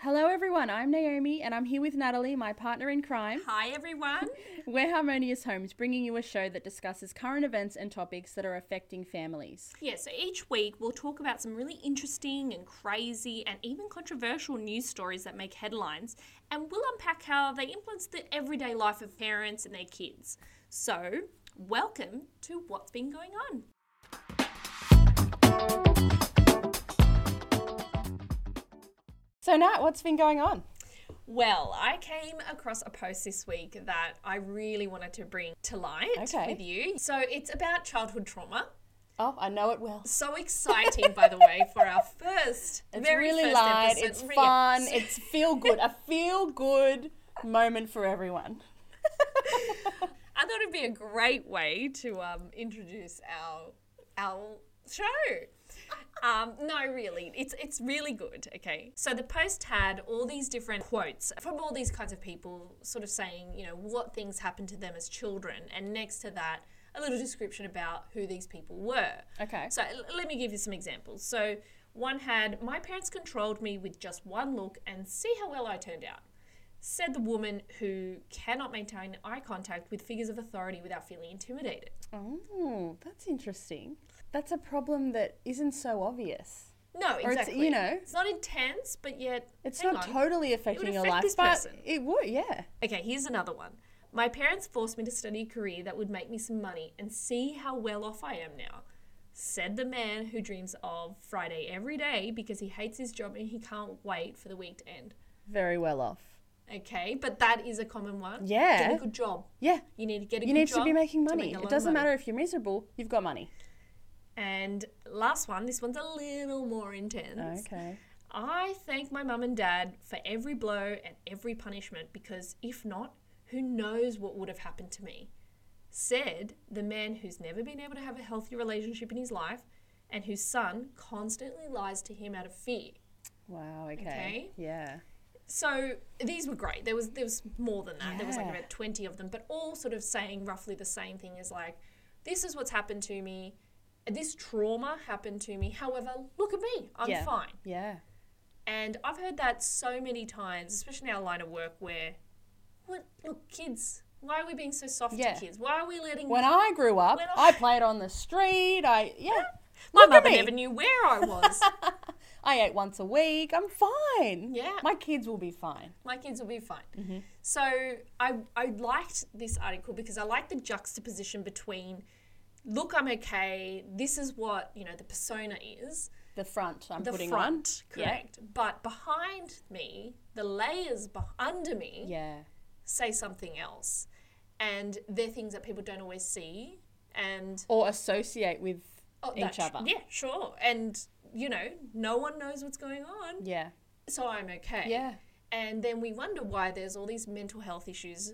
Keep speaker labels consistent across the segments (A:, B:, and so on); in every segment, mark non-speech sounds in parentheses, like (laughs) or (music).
A: Hello, everyone. I'm Naomi, and I'm here with Natalie, my partner in crime.
B: Hi, everyone.
A: We're Harmonious Homes, bringing you a show that discusses current events and topics that are affecting families.
B: Yeah, so each week we'll talk about some really interesting and crazy and even controversial news stories that make headlines, and we'll unpack how they influence the everyday life of parents and their kids. So, welcome to What's Been Going On.
A: So, Nat, what's been going on?
B: Well, I came across a post this week that I really wanted to bring to light
A: Okay.
B: with you. So, it's about childhood trauma.
A: Oh, I know it well.
B: So exciting, by the way,
A: (laughs)
B: for our first.
A: It's
B: very
A: really
B: first
A: light,
B: episode.
A: it's (laughs)
B: Re-
A: fun, it's feel good, a feel good moment for everyone.
B: I thought it'd be a great way to um, introduce our our show. Um, no, really, it's it's really good. Okay, so the post had all these different quotes from all these kinds of people, sort of saying you know what things happened to them as children, and next to that, a little description about who these people were.
A: Okay.
B: So l- let me give you some examples. So one had my parents controlled me with just one look and see how well I turned out said the woman who cannot maintain eye contact with figures of authority without feeling intimidated.
A: Oh, that's interesting. That's a problem that isn't so obvious.
B: No,
A: Or it's-
B: exactly.
A: you know.
B: it's not intense, but yet
A: It's
B: hang
A: not
B: on.
A: totally affecting your
B: affect
A: life,
B: this
A: but
B: person.
A: it would, yeah.
B: Okay, here's another one. My parents forced me to study a career that would make me some money and see how well off I am now. Said the man who dreams of Friday every day because he hates his job and he can't wait for the week to end.
A: Very well off.
B: Okay, but that is a common one.
A: Yeah.
B: Get a good job.
A: Yeah.
B: You need to get a
A: You
B: good
A: need
B: job.
A: to be making
B: to
A: money.
B: make a lot
A: it
B: of
A: doesn't
B: money.
A: matter if you're miserable, you've got money.
B: And last one, this one's a little more intense.
A: Okay.
B: I thank my mum and dad for every blow and every punishment because if not, who knows what would have happened to me? Said the man who's never been able to have a healthy relationship in his life and whose son constantly lies to him out of fear.
A: Wow, okay.
B: Okay.
A: Yeah.
B: So these were great. There was there was more than that. There was like
A: Yeah.
B: about twenty of them, but all sort of saying roughly the same thing as like, this is what's happened to me, this trauma happened to me. However, look at me, I'm
A: yeah.
B: fine.
A: Yeah.
B: And I've heard that so many times, especially in our line of work, where, what look, kids, why are we being so soft
A: Yeah.
B: to kids? Why are we letting
A: When I grew up,
B: When I-
A: I played on the street. I yeah.
B: my
A: look at
B: mother
A: me.
B: never knew where I was.
A: I ate once a week. I'm fine.
B: Yeah.
A: My kids will be fine.
B: my kids will be fine.
A: Mm-hmm.
B: So I, I liked this article because I like the juxtaposition between, look, I'm okay. This is what you know the persona is.
A: The front I'm
B: The
A: putting
B: front,
A: Yeah.
B: correct. But behind me, the layers beh under me
A: on. Yeah.
B: say something else, and they're things that people don't always see. And
A: Or associate with
B: oh,
A: each
B: that's-
A: other.
B: yeah, sure. And you know, no one knows what's going on
A: Yeah.
B: so I'm okay.
A: Yeah.
B: And then we wonder why there's all these mental health issues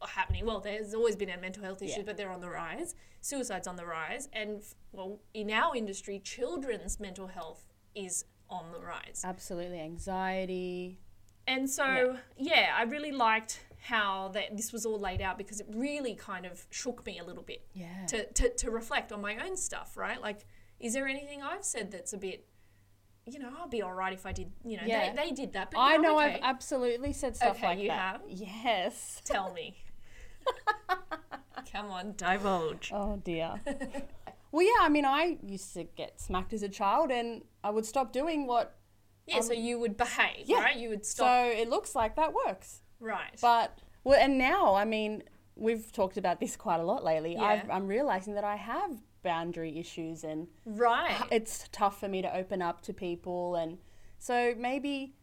B: happening. Well, there's always been a mental health issues,
A: Yeah.
B: but they're on the rise. Suicide's on the rise, and f- well, in our industry, children's mental health is on the rise.
A: Absolutely. Anxiety.
B: And so, yeah, I really liked how that this was all laid out because it really kind of shook me a little bit
A: Yeah.
B: to, to, to reflect on my own stuff, right? Like, is there anything I've said that's a bit, you know, I'll be all right if I did, you know,
A: Yeah.
B: they, they did that, but
A: I
B: you know,
A: know
B: okay.
A: I've absolutely said stuff
B: Okay,
A: like
B: you
A: that.
B: have?
A: Yes.
B: Tell me. Come on, divulge.
A: Oh
B: (laughs)
A: dear. well, yeah. I mean, I used to get smacked as a child, and I would stop doing what.
B: Yeah, so you would behave,
A: Um, yeah.
B: right? You would stop.
A: So it looks like that works.
B: right.
A: But well, and now I mean, we've talked about this quite a lot lately.
B: Yeah.
A: I've, I'm realizing that I have boundary issues, and
B: right.
A: it's tough for me to open up to people, and so maybe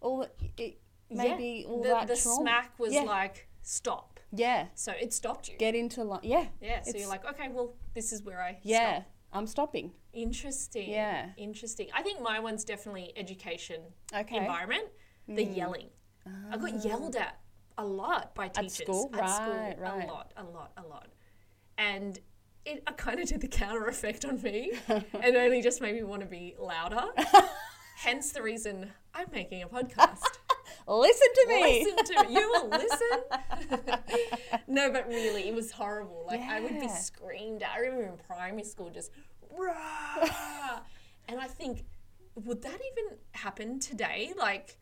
A: all it, maybe
B: yeah.
A: all
B: the,
A: that
B: the
A: trauma-
B: smack was
A: yeah,
B: like, stop.
A: yeah,
B: So it stopped you.
A: get into line, yeah,
B: yeah, so
A: it's-
B: you're like, okay, well, this is where I
A: yeah,
B: stop.
A: I'm stopping.
B: Interesting.
A: Yeah.
B: Interesting. I think my one's definitely education
A: Okay. Hmm. Ah.
B: environment. The yelling. I got yelled at a lot by teachers
A: school? Right, right.
B: A lot, a lot, a lot. And it kind of did the counter effect on
A: (laughs)
B: me and only just made me want to be louder. Hence the reason I'm making a podcast.
A: Listen to me.
B: listen to it. You will listen. (laughs) no, but really, it was horrible. Like I would be
A: Yeah.
B: screamed at. I remember in primary school, just "Rah!" and I think, would that even happen today? Like,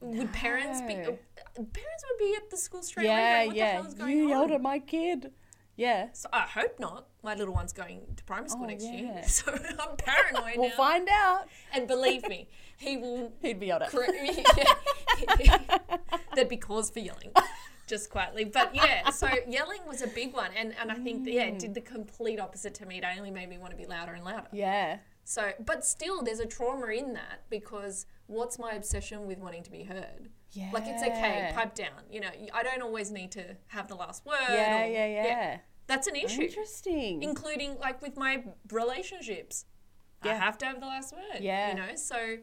B: Would parents be?
A: No.
B: Parents would be at the school straight
A: yeah,
B: away. Like, what the
A: yeah.
B: hell is going
A: You
B: on?
A: yelled at my kid. Yeah.
B: So I hope not. My little one's going to primary school
A: Oh,
B: next year,
A: yeah.
B: (laughs) so I'm paranoid
A: We'll
B: now.
A: find out.
B: And believe me, he will.
A: He'd be yelled at.
B: cor-
A: (laughs)
B: There'd be cause for yelling, just quietly. But yeah, so yelling was a big one, and and I think yeah, it did the complete opposite to me. It only made me want to be louder and louder.
A: Yeah.
B: So, but still, there's a trauma in that because what's my obsession with wanting to be heard? Like it's okay,
A: Yeah.
B: pipe down. You know, I don't always need to have the last word.
A: Yeah,
B: or-
A: yeah, yeah.
B: That's an issue
A: Interesting.
B: including like with my relationships. I
A: Yeah.
B: have to have the last word.
A: Yeah.
B: You know, so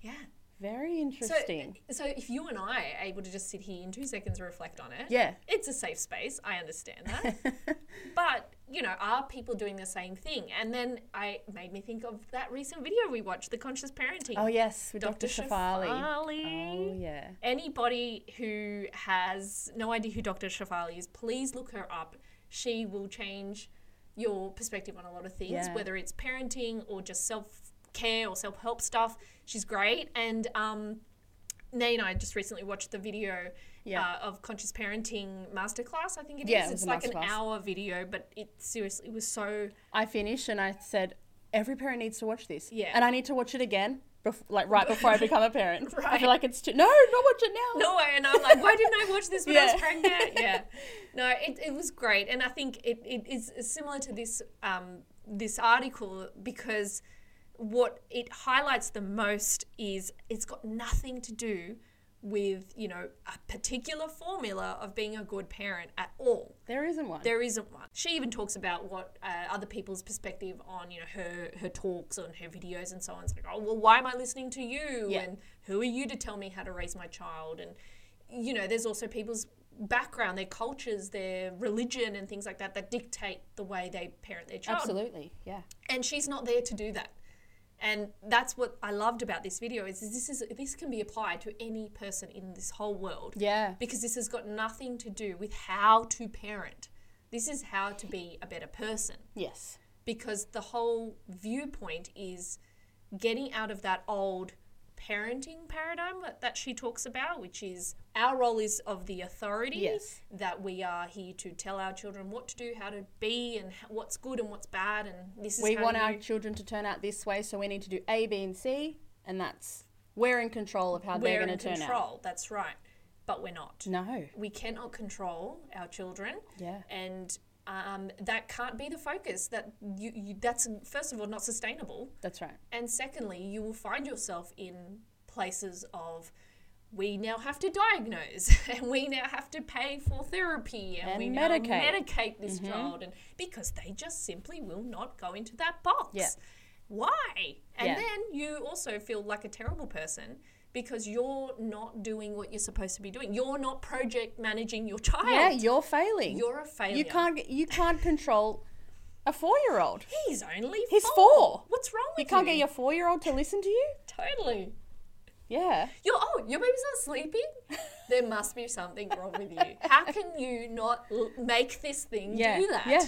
B: yeah.
A: Very
B: So,
A: interesting.
B: so if you and I are able to just sit here in two seconds and reflect on it,
A: yeah.
B: it's a safe space. I understand that.
A: (laughs)
B: but, you know, are people doing the same thing? And then I made me think of that recent video we watched, The Conscious Parenting.
A: Oh yes, with Dr.
B: Dr.
A: Shafali.
B: Shefali.
A: Oh yeah.
B: Anybody who has no idea who Dr. Shafali is, please look her up. She will change your perspective on a lot of things,
A: Yeah.
B: whether it's parenting or just self care or self help stuff. She's great. And um, Nay and I just recently watched the video
A: Yeah.
B: uh, of Conscious Parenting Masterclass, I think it is.
A: Yeah, it was
B: It's
A: a
B: like an
A: masterclass.
B: hour video, but it seriously was so.
A: I finished and I said, every parent needs to watch this.
B: Yeah.
A: And I need to watch it again, bef- like right before I
B: (laughs)
A: become a parent. I
B: Right.
A: feel like it's too. No, not watch it now.
B: no way. And I'm like, why didn't I watch this when I
A: Yeah.
B: was pregnant? Yeah. No, it, it was great. And I think it, it is similar to this, um, this article because what it highlights the most is it's got nothing to do with, you know, a particular formula of being a good parent at all.
A: There isn't one.
B: There isn't one. She even talks about what uh, other people's perspective on you know her her talks on her videos and so on. It's like, oh well, why am I listening to you?
A: Yeah.
B: And who are you to tell me how to raise my child? And you know, there's also people's background, their cultures, their religion, and things like that that dictate the way they parent their child
A: Absolutely. Yeah.
B: and she's not there to do that and that's what i loved about this video is this is this can be applied to any person in this whole world
A: Yeah.
B: because this has got nothing to do with how to parent this is how to be a better person
A: Yes.
B: because the whole viewpoint is getting out of that old parenting paradigm that- that she talks about which is our role is of the authority
A: Yes.
B: that we are here to tell our children what to do how to be and h- what's good and what's bad and this is
A: We
B: how
A: want
B: you-
A: our children to turn out this way, so we need to do A, B, and C, and that's we're in control of how
B: we're
A: they're going
B: in
A: to turn
B: control. That's right, but we're not.
A: out. No.
B: We cannot control our children.
A: Yeah.
B: and um, that can't be the focus. That you, you that's first of all not sustainable,
A: That's right.
B: and secondly, you will find yourself in places of. We now have to diagnose, (laughs) and we now have to pay for therapy, and,
A: And
B: we now
A: medicate. Mm-hmm.
B: medicate this child, and because they just simply will not go into that box.
A: Yeah.
B: Why? And
A: Yeah.
B: then you also feel like a terrible person because you're not doing what you're supposed to be doing. You're not project managing your child.
A: Yeah, you're failing.
B: You're a failure.
A: You can't. You can't control a four-year-old.
B: He's only
A: He's
B: four.
A: four.
B: What's wrong
A: You
B: with
A: can't
B: you?
A: get your four-year-old to listen to you.
B: totally.
A: Yeah.
B: You're oh, your baby's not sleeping. there must be something wrong with you. How can you not l- make this thing
A: Yeah.
B: do that?
A: Yeah.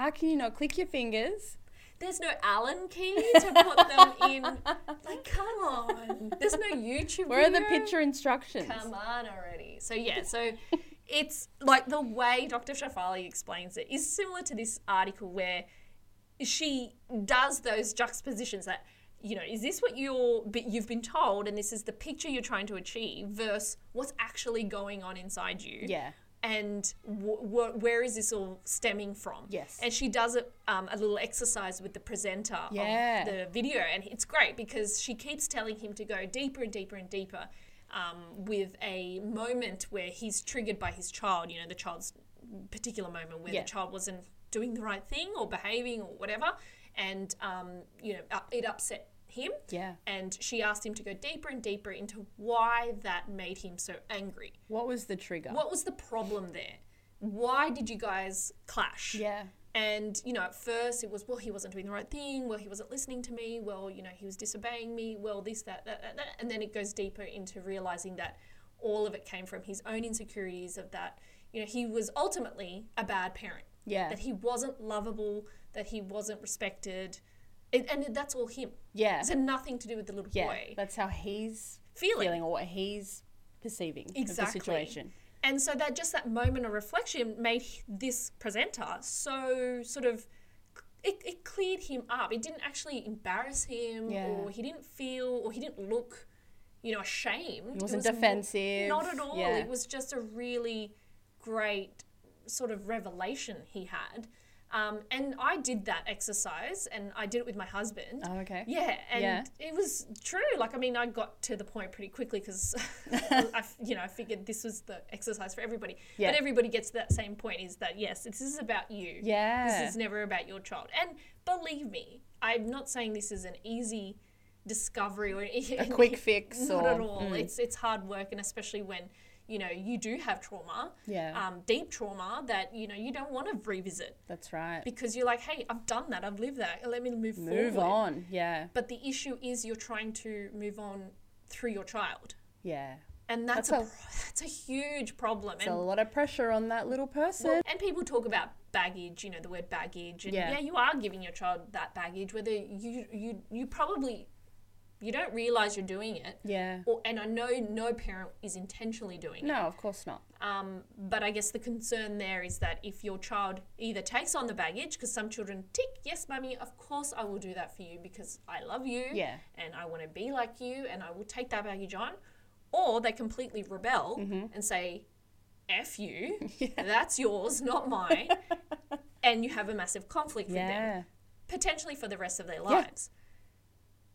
A: How can you not click your fingers?
B: There's no Allen key to put them in. Like, come on. There's no YouTube.
A: Where are the
B: video.
A: picture instructions?
B: Come on already. So yeah, so (laughs) it's like the way Dr. Shafali explains it is similar to this article where she does those juxtapositions that you know is this what you're but you've been told and this is the picture you're trying to achieve versus what's actually going on inside you
A: Yeah.
B: and wh- wh- where is this all stemming from
A: Yes.
B: and she does a, um, a little exercise with the presenter
A: Yeah.
B: of the video and it's great because she keeps telling him to go deeper and deeper and deeper um, with a moment where he's triggered by his child you know the child's particular moment where
A: Yeah.
B: the child wasn't doing the right thing or behaving or whatever and um, you know up- it upset him
A: Yeah.
B: and she asked him to go deeper and deeper into why that made him so angry
A: What was the trigger?
B: what was the problem there? Why did you guys clash?
A: Yeah.
B: And, you know, at first it was, well, he wasn't doing the right thing. Well, he wasn't listening to me. Well, you know, he was disobeying me. Well, this, that, that, that, that. And then it goes deeper into realizing that all of it came from his own insecurities of that, you know, he was ultimately a bad parent.
A: Yeah.
B: That he wasn't lovable, that he wasn't respected. It, and that's all him.
A: Yeah.
B: It's had nothing to do with the little
A: yeah.
B: boy.
A: That's how he's
B: feeling.
A: feeling or what he's perceiving of the
B: Exactly.
A: situation.
B: And so that just that moment of reflection made h- this presenter so sort of it, it cleared him up. It didn't actually embarrass him,
A: Yeah.
B: or he didn't feel, or he didn't look, you know, ashamed.
A: He wasn't
B: was n-
A: defensive.
B: Not at all.
A: Yeah.
B: It was just a really great sort of revelation he had. Um, and I did that exercise, and I did it with my husband.
A: Oh, okay.
B: Yeah, and
A: Yeah.
B: it was true. Like, I mean, I got to the point pretty
A: (laughs)
B: quickly because, I, you know, I figured this was the exercise for everybody.
A: Yeah.
B: But everybody gets to that same point is that, yes, this is about you.
A: Yeah.
B: This is never about your child. And believe me, I'm not saying this is an easy discovery or
A: A
B: (laughs)
A: quick fix
B: Not
A: or-
B: at
A: mm.
B: all. It's, it's hard work, and especially when, you know, you do have trauma,
A: Yeah.
B: um, deep trauma that, you know, you don't want to revisit
A: That's right.
B: because you're like, hey, I've done that, I've lived that, let me move
A: Move
B: forward.
A: on. Yeah.
B: But the issue is you're trying to move on through your child.
A: Yeah.
B: And that's,
A: That's
B: a, pro- (laughs) that's a huge problem.
A: It's a
B: And,
A: lot of pressure on that little person.
B: and people talk about baggage, you know, the word baggage. And
A: Yeah.
B: yeah. you are giving your child that baggage, whether you you you probably you don't realize you're doing it.
A: yeah.
B: Or, and I know no parent is intentionally doing it.
A: No, of course not.
B: Um, but I guess the concern there is that if your child either takes on the baggage, because some children tick, yes, mummy, of course I will do that for you because I love you
A: Yeah.
B: and I want to be like you and I will take that baggage on, or they completely rebel and say, F you, that's yours, not mine. and you have a massive conflict with them
A: Yeah.
B: potentially for the rest of their lives.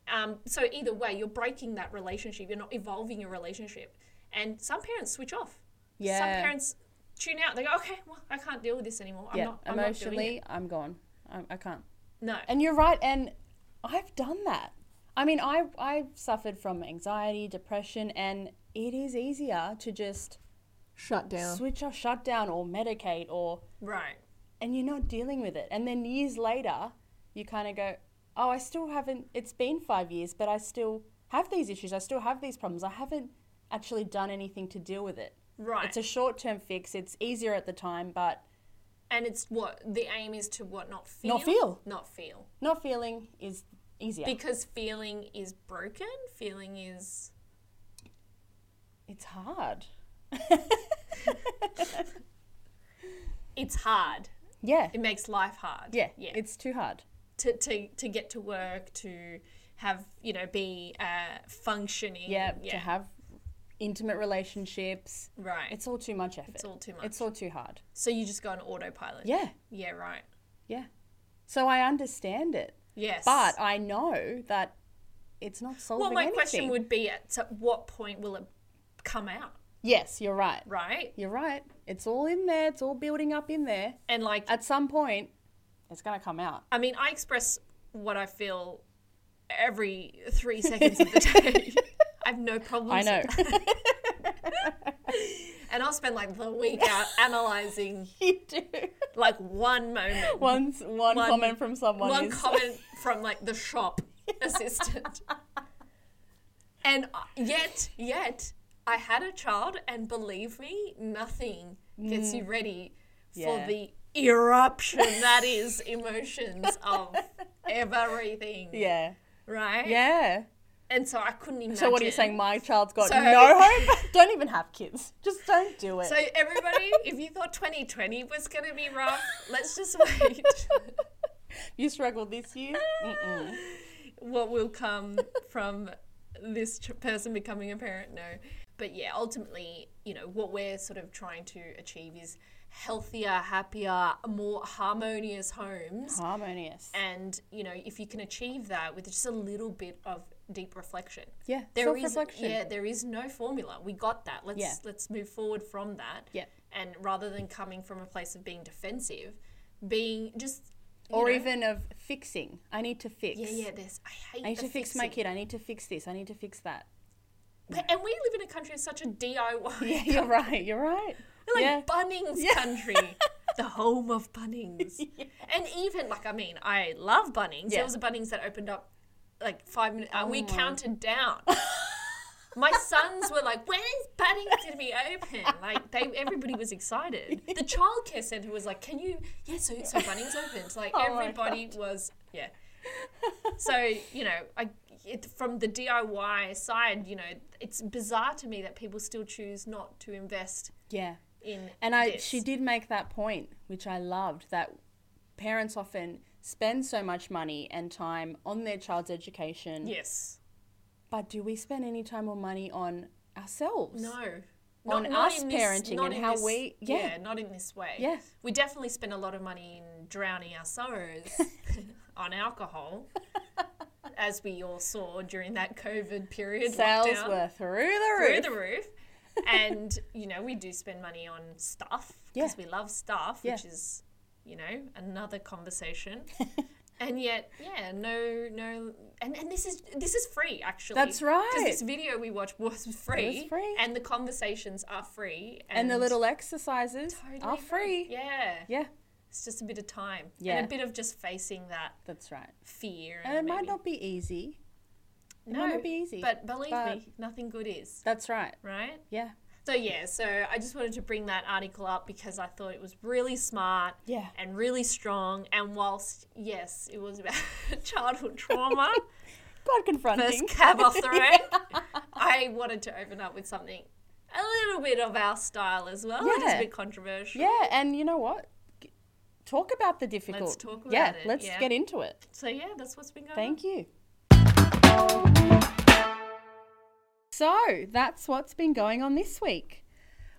B: Um, so either way, you're breaking that relationship. You're not evolving your relationship. And some parents switch off. Some
A: Yeah.
B: parents tune out. They go, okay, well, I can't deal with this anymore. I'm
A: yeah.
B: not I'm
A: Emotionally, I'm gone. I, I can't.
B: Not doing it.
A: And you're right. And I've done that. I mean, I I suffered from anxiety, depression, and it is easier to just
C: Shut down.
A: switch off, shut down, or medicate, or
B: No. Right.
A: and you're not dealing with it. And then years later, you kind of go, oh, I still haven't, it's been five years, but I still have these issues. I still have these problems. I haven't actually done anything to deal with it.
B: Right.
A: It's a short term fix. It's easier at the time, but
B: and it's what the aim is to what not feel.
A: Not feel.
B: Not feel.
A: not feeling is easier.
B: Because feeling is broken. Feeling is
A: it's hard.
B: it's hard.
A: Yeah.
B: It makes life hard.
A: Yeah.
B: Yeah.
A: It's too hard.
B: to, to, to get to work, to have, you know, be uh, functioning.
A: Yeah. To have intimate relationships.
B: right.
A: It's all too much effort.
B: It's all too
A: It's all too hard.
B: So you just go on autopilot.
A: Yeah.
B: Yeah, right.
A: Yeah. So I understand it,
B: Yes.
A: but I know that it's not solving
B: well, my
A: anything.
B: question would be at t- what point will it come out,
A: Yes, you're right.
B: right?
A: You're right. It's all in there. It's all building up in there.
B: And like,
A: At some point, it's going to come out.
B: I mean, I express what I feel every
A: (laughs)
B: three seconds of the day. I have no problems.
A: I know.
B: with that. And I'll spend like the week out analyzing
A: (laughs) you do.
B: like (laughs) one moment,
A: One, one,
B: One-
A: comment from someone
B: one
A: is. (laughs)
B: comment from like the shop assistant. And uh, yet, yet, I had a child, and believe me, nothing gets you
A: Mm.
B: ready
A: Yeah.
B: for the eruption that is emotions of everything,
A: yeah.
B: right?
A: Yeah.
B: And so I couldn't imagine.
A: So what are you saying? My child's got
B: So- (laughs)
A: no hope? (laughs) don't even have kids. Just don't do it.
B: So everybody, if you thought 2020 was going to be rough,
A: (laughs)
B: let's just wait.
A: you struggled this year?
B: Uh,
A: Mm-mm.
B: what will come from this ch- person becoming a parent no but yeah ultimately you know what we're sort of trying to achieve is healthier happier more harmonious homes
A: Harmonious.
B: and you know if you can achieve that with just a little bit of deep reflection
A: Yeah.
B: there is
A: Self-reflection.
B: yeah there is no formula we got that let's
A: Yeah.
B: let's move forward from that
A: Yeah.
B: and rather than coming from a place of being defensive being just you
A: Or
B: know,
A: even of fixing. I need to fix.
B: yeah yeah there's i hate
A: I need to fix my
B: kids.
A: kid. I need to fix this. I need to fix
B: (laughs)
A: that.
B: But, and we live in a country of such a DIY,
A: Yeah, (laughs) you're right. You're right.
B: like
A: yeah.
B: Bunnings country,
A: (laughs)
B: the home of Bunnings. And even like, I mean, I love Bunnings.
A: Yeah. Oh.
B: There was a Bunnings that opened up like five minutes, and we
A: (laughs)
B: counted down. My sons were like, "When's Bunnings going to be open?" Like they, everybody was excited.
A: (laughs)
B: The childcare center was like, "Can you?" Yeah, so so Bunnings opened. Like
A: Oh my
B: everybody was, yeah. So you know, I it, from the DIY side, you know, it's bizarre to me that people still choose not to invest
A: Yeah.
B: in.
A: And I
B: this.
A: she did make that point, which I loved, that parents often spend so much money and time on their child's education.
B: yes,
A: But do we spend any time or money on ourselves?
B: no.
A: On us
B: in
A: parenting
B: not
A: and
B: in
A: how
B: this-
A: we- yeah.
B: not in this way.
A: Yeah.
B: We definitely spend a lot of money in drowning our sorrows
A: (laughs)
B: on alcohol, as we all saw during that COVID period.
A: Sales
B: lockdown.
A: were through the
B: through
A: roof.
B: the roof. and you know, we do spend money on stuff
A: Yeah.
B: because we love stuff,
A: Yeah.
B: which is you know another conversation. (laughs) and yet, yeah, no, no, and and this is this is free actually.
A: That's right.
B: Because this video we watched was (laughs) free.
A: free.
B: And the conversations are free.
A: and the little exercises
B: Totally
A: are free.
B: Yeah.
A: Yeah,
B: It's just a bit of time.
A: Yeah.
B: And a bit of just facing that
A: that's right.
B: fear.
A: And it might
B: maybe-
A: not be easy. It
B: no,
A: might not be easy.
B: But believe
A: but-
B: me, nothing good is,
A: That's right.
B: right?
A: Yeah.
B: So yeah, so I just wanted to bring that article up because I thought it was really smart
A: Yeah.
B: and really strong. And whilst yes, it was about (laughs)
A: (laughs)
B: childhood trauma
A: God
B: versus (laughs)
A: confronting.
B: cab off the
A: (laughs)
B: road, I wanted to open up with something a little bit of our style as well. It is a
A: Yeah.
B: bit controversial.
A: Yeah, and you know what? G- Talk about the difficult.
B: talk
A: yeah,
B: about it,
A: let's
B: yeah. Uh-huh.
A: get into it.
B: So yeah, that's what's been going on.
A: Thank you. So that's what's been going on this week.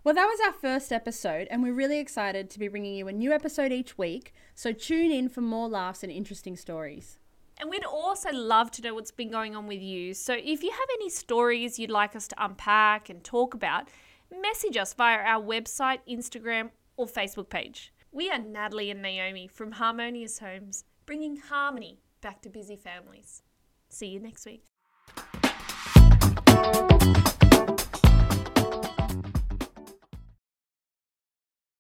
A: Well, that was our first episode, and we're really excited to be bringing you a new episode each week. So tune in for more laughs and interesting stories.
B: And we'd also love to know what's been going on with you. So if you have any stories you'd like us to unpack and talk about, message us via our website, Instagram, or Facebook page. We are Natalie and Naomi from Harmonious Homes, bringing harmony back to busy families. See you next week.